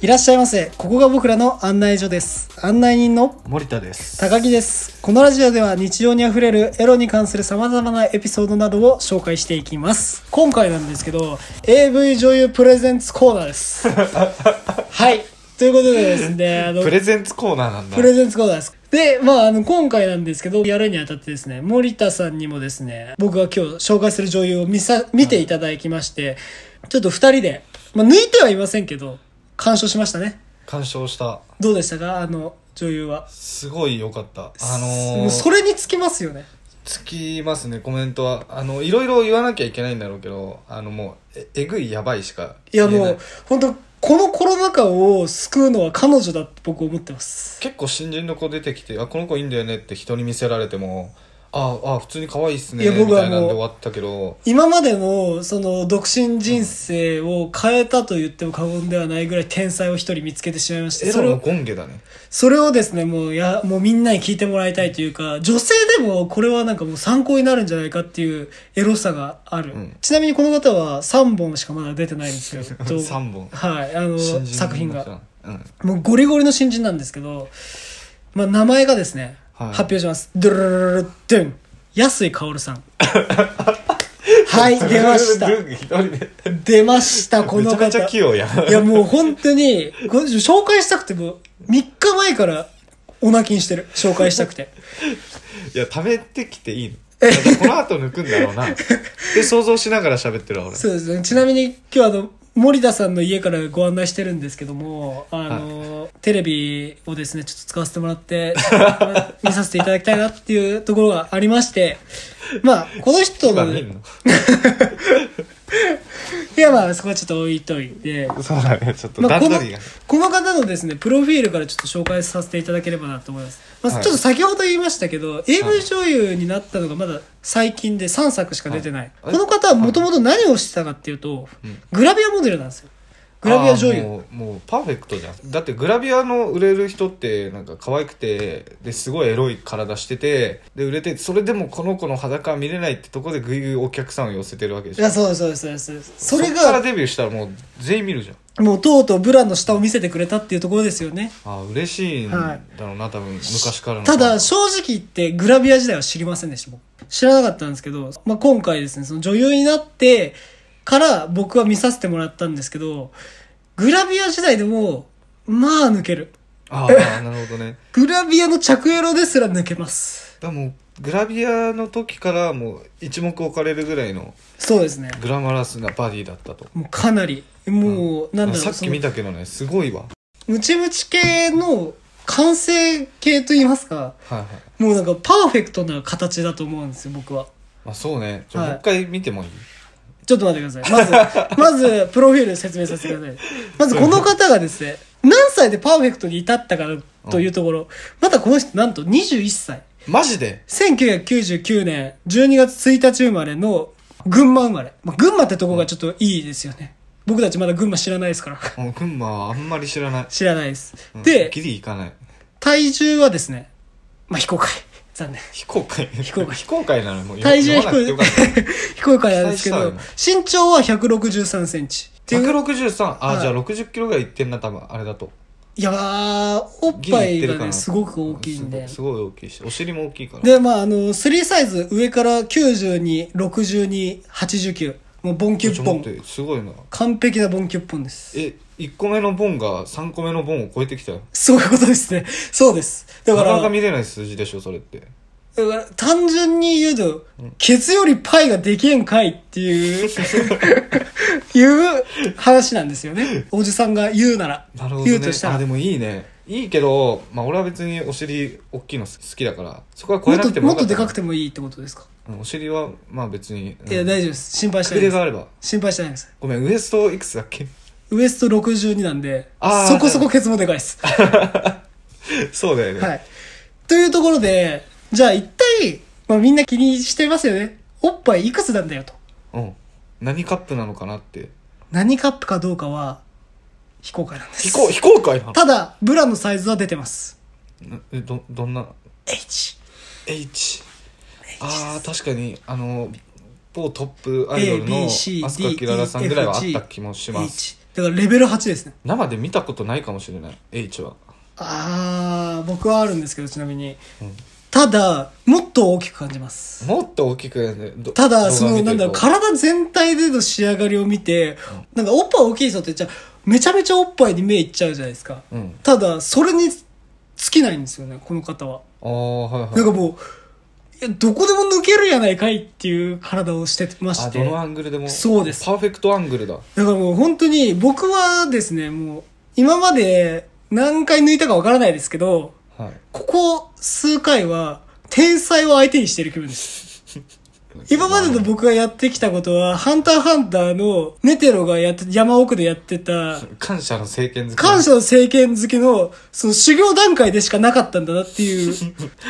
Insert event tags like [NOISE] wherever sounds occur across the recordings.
いらっしゃいませ。ここが僕らの案内所です。案内人の森田です高木です。このラジオでは日常にあふれるエロに関する様々なエピソードなどを紹介していきます。今回なんですけど、AV 女優プレゼンツコーナー [LAUGHS] です。はい。ということでですね、あのプ、レゼンツコーナーなんだプレゼンツコーナーです。で、まあ、あの、今回なんですけど、やるにあたってですね、森田さんにもですね、僕が今日紹介する女優を見さ、見ていただきまして、ちょっと二人で、まあ、抜いてはいませんけど、鑑賞しましたね。鑑賞したどうでしたかあの、女優は。すごい良かったもあのうそー、れにつきますよね。つきますねコメントはあのいろいろ言わなきゃいけないんだろうけどあのもうええぐいやばいしかいや言えも、ないう本当このコロナ禍を救うのは彼女だって僕思ってます。結構新人の子出てきてあこの子いいんだよねって人に見せられてもああ普通に可愛いっすねいやみ僕はもうたいなんで終わったけど今までの、その、独身人生を変えたと言っても過言ではないぐらい天才を一人見つけてしまいまして、エそロれのを、権下だねそれをですね、もう、や、もうみんなに聞いてもらいたいというか、女性でもこれはなんかもう参考になるんじゃないかっていうエロさがある。うんちなみにこの方は3本しかまだ出てないんですよ。 [LAUGHS] どう3本はい、あの、新人の子作品が。うんもうゴリゴリの新人なんですけど、まあ、名前がですね、はい発表します。ドゥルルルルルドゥン。安井かおるさん。はい、出ました。一人で出ました、こめのちゃ方。めちゃ器用やんいや、もう本当に、この人紹介したくても、3日前からお泣きにしてる。紹介したくて。いや、溜めてきていいのなんかこの後抜くんだろう [LAUGHS] な。で、想像しながら喋ってるわ、俺。そうですね。ちなみに今日あの、森田さんの家からご案内してるんですけども、あの、テレビをですね、ちょっと使わせてもらって、 [LAUGHS] 見させていただきたいなっていうところがありまして、まあ、この人今の、見いんのやまあ、そこはちょっと置いといて、そうだね、ちょっとまあ、段こ取のりが。この方のですね、プロフィールからちょっと紹介させていただければなと思います。まあ、はいちょっと先ほど言いましたけど、AV 女優になったのがまだ最近で3作しか出てない。はいこの方はもともと何をしてたかっていうと、グラビアモデルなんですよ。グラビア女あー優。もう、もうパーフェクトじゃん。だってグラビアの売れる人って、なんか可愛くて、で、すごいエロい体してて、で、売れて、それでもこの子の裸は見れないってとこでぐいぐいお客さんを寄せてるわけでいしょ。や、そうですそうですそうですそうです。それっからが、デビューしたらもう全員見るじゃん。もうとうとうブラの下を見せてくれたっていうところですよね。ああ、嬉しいんだろうな、多分、昔からの。ただ、正直言ってグラビア時代は知りませんでした僕知らなかったんですけど、まあ、今回ですねその女優になってから僕は見させてもらったんですけどグラビア時代でもまあ抜けるああ、なるほどね。グラビアの着エロですら抜けますだからもうグラビアの時からもう一目置かれるぐらいのそうですねグラマラスなバディだったともうかなりもう、なんだろうさっき見たけどねすごいわそのムチムチ系の完成系と言いますかはいはいもうなんかパーフェクトな形だと思うんですよ僕はまあそうねじゃあはいもう一回見てもいい、ちょっと待ってください。まず、まず、プロフィール説明させてください。まず、この方がですね、何歳でパーフェクトに至ったかというところ、またこの人、なんと21歳。マジで1999年12月1日生まれの群馬生まれ。まあ、群馬ってとこがちょっといいですよね。僕たちまだ群馬知らないですから。もう群馬はあんまり知らない、知らないです。うん、で、ギリ行かない体重はですね、まあ、非公開。残念。非公開非公開非公開なのもうよ体重読まな [LAUGHS] くてよかっ非公開なんですけ期ど待、身長は163センチ。ってたいう、 163あ、はいじゃあ60キロぐらいいってんな多分あれだといやー、おっギリぱいっいてがるかね、なすごく大きいんで。すごいすごい大きいしお尻も大きいからで、まあ、あの、3サイズ、上から92、62、89。もう、ボンキュちッょポ待ン。ってすごいな完璧なボンキュッポンです。え1個目のボンが3個目のボンを超えてきたよそういうことですね。そうです。だか、なからなか見れない数字でしょそれってだから単純に言うと、ケツよりパイができえんかいって [LAUGHS] いう、いう話なんですよね。おじさんが言うなら。なるほど、言うねとし、たあら。でももいいねいいけど、まあ、俺は別にお尻大きいの好きだからそこは超えっなくてと、ももっよとでたかくてもいいってことですか、うんお尻はまあ別に、うんいや、大丈夫です。心配しくないびでれくださがい。あれば心配しないでください。ごめんウエストいくつだっけ [LAUGHS] ウエスト62なんであ、ーそこそこケツもでかいです。はそうだよね、い。というところで、じゃあ一体、まあみんな気にしてますよね。おっぱいいくつなんだよと。うん、何カップなのかなって何カップかどうかは、非公開なんです。非公非公開なのただ、ブラのサイズは出てます。えどどんな H。 H あー確かにあの某トップアイドル A の B C D 飛鳥きららさんぐらいはあった気もします、だからレベル8ですね。生で見たことないかもしれない H はあー、僕はあるんですけど、ちなみに。んただ、もっと大きく感じます。もっと大きくやるねどただ、動そ画見の、てなんるだろとう、体全体での仕上がりを見て、なんか、おっぱい大きい人って、じゃあめちゃめちゃおっぱいに目いっちゃうじゃないですか。うんただ、それに尽きないんですよね、この方は。ああはいはいなんかもう、いや、どこでも抜けるやないかいっていう体をしてましあて。どのアングルでもそうですパーフェクトアングルだだからもう本当に僕はですね、もう今まで何回抜いたかわからないですけど、はいここ数回は天才を相手にしてる気分です。今までの僕がやってきたことは、ハンターハンターのネテロがやって、山奥でやってた、感謝の政権好き感謝の政権好きの、その修行段階でしかなかったんだなって [LAUGHS] いう、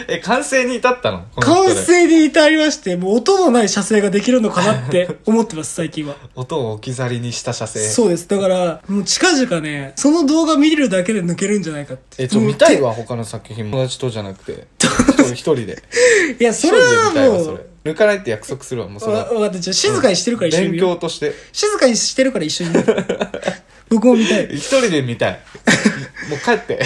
え完成に至ったのこの人完で成に至りまして、もう音のない射精ができるのかな [LAUGHS] って思ってます、最近は。音を置き去りにした射精そうです。だから、もう近々ね、その動画見るだけで抜けるんじゃないかって。えちょもう見たいわ他の作品も友達とじゃなくて一人でていや、一そ人れでは見たいわもそうれ、抜かないって約束するわもうそれわはわかったじゃあ静かにしてるから一緒に見勉よう。強として静かにしてるから一緒に [LAUGHS] 見よう。僕も見たい。一人で見た [LAUGHS] いもう帰って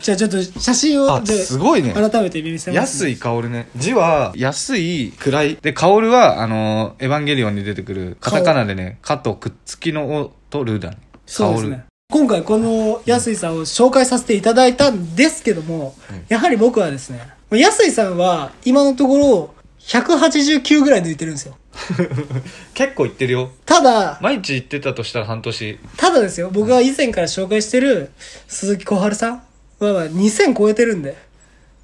じゃあちょっと写真を、あじゃあすごいね改めて見せます、安い薫ね字は安い暗いで薫はあのエヴァンゲリオンに出てくるカタカナでね「カ」とくっつきの「お」と「ル」だねそうですね。今回この安井さんを紹介させていただいたんですけども、うんやはり僕はですね、安井さんは今のところ189ぐらい抜いてるんですよ。薫結構言ってるよただ、毎日言ってたとしたら半年ただですよ、僕が以前から紹介してる鈴木小春さんはまあ2000超えてるんで、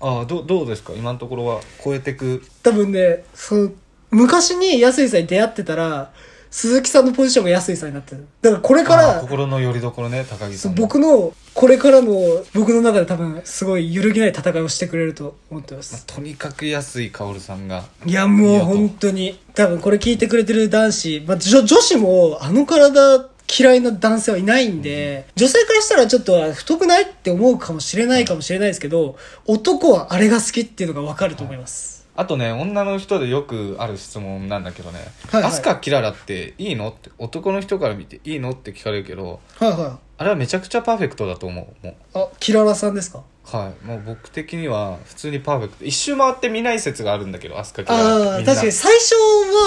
ああどうどうですか今のところは超えてく多分ね、その、昔に安井さんに出会ってたら、鈴木さんのポジションが安井さんになってる。だからこれかああら、心の拠り所ね高木さそんうの僕の、これからの、僕の中で多分、すごい揺るぎない戦いをしてくれると思ってままあす。とにかく安い薫さんがいや、もう本当に、多分これ聞いてくれてる男子、まあ、女女子も、あの体、嫌いな男性はいないんで、女性からしたらちょっとあ太くないって思うかもしれないかもしれないですけど、男はあれが好きっていうのがわかると思います。あとね女の人でよくある質問なんだけどね「はいはいアスカキララっていいの?」って男の人から見て「いいの?」って聞かれるけどはいはあれはめちゃくちゃパーフェクトだと思うい。もうあ、キララさんですかはいもう僕的には普通にパーフェクト一周回って見ない説があるんだけどアスカキララあみあ、んな確かに最初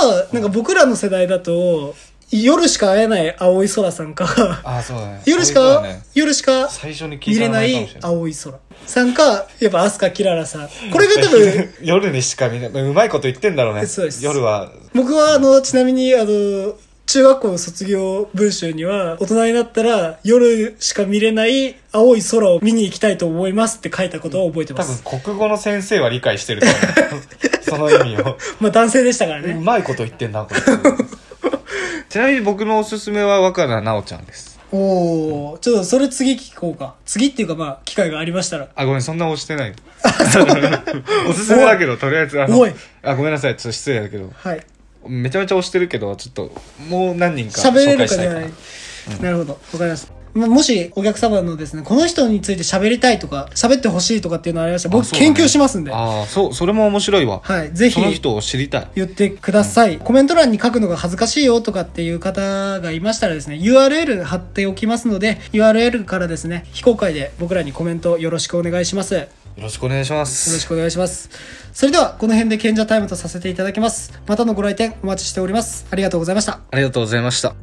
は、なんか僕らの世代だと、夜しか会えない青い空さんか、ああそうだね夜しそういう人か、はね夜しか最初に聞見いれた名な前かもいしれない青い空さんか、やっぱアスカキララさん。これが多 [LAUGHS] 分、夜にしか見ないうまいこと言ってんだろう [LAUGHS] ねそうです夜は僕はあのちなみにあの中学校の卒業文集には大人になったら夜しか見れない青い空を見に行きたいと思いますって書いたことは覚えてま多す。分国語の先生は理解してると思う [LAUGHS] その意味をまあ男性でしたからうね。まいこと言ってん [LAUGHS] なこれちなみに僕のおすすめは若菜奈緒ちゃんですおお、ちょっとそれ次聞こうか。次っていうかまあ機会がありましたら。あごめんそんな押してない [LAUGHS] [LAUGHS] おすすめだけどとりあえずあのおいあごめんなさいちょっと失礼だけどはい。めちゃめちゃ押してるけどちょっともう何人か喋れるかじゃなない。なるほど。わかりました。まあもしお客様のですね、この人について喋りたいとか、喋ってほしいとかっていうのありましたら、僕あそうだね研究しますんで。はああそうそれも面白いわ、い。ぜひ。その人を知りたい言ってください。コメント欄に書くのが恥ずかしいよとかっていう方がいましたらですね、URL 貼っておきますので、URL からですね、非公開で僕らにコメントよろしくお願いします。よよろしくお願いしまろしすくお願いします。それでは、この辺で賢者タイムとさせていただきます。またのご来店お待ちしております。ありがとうございました。ありがとうございました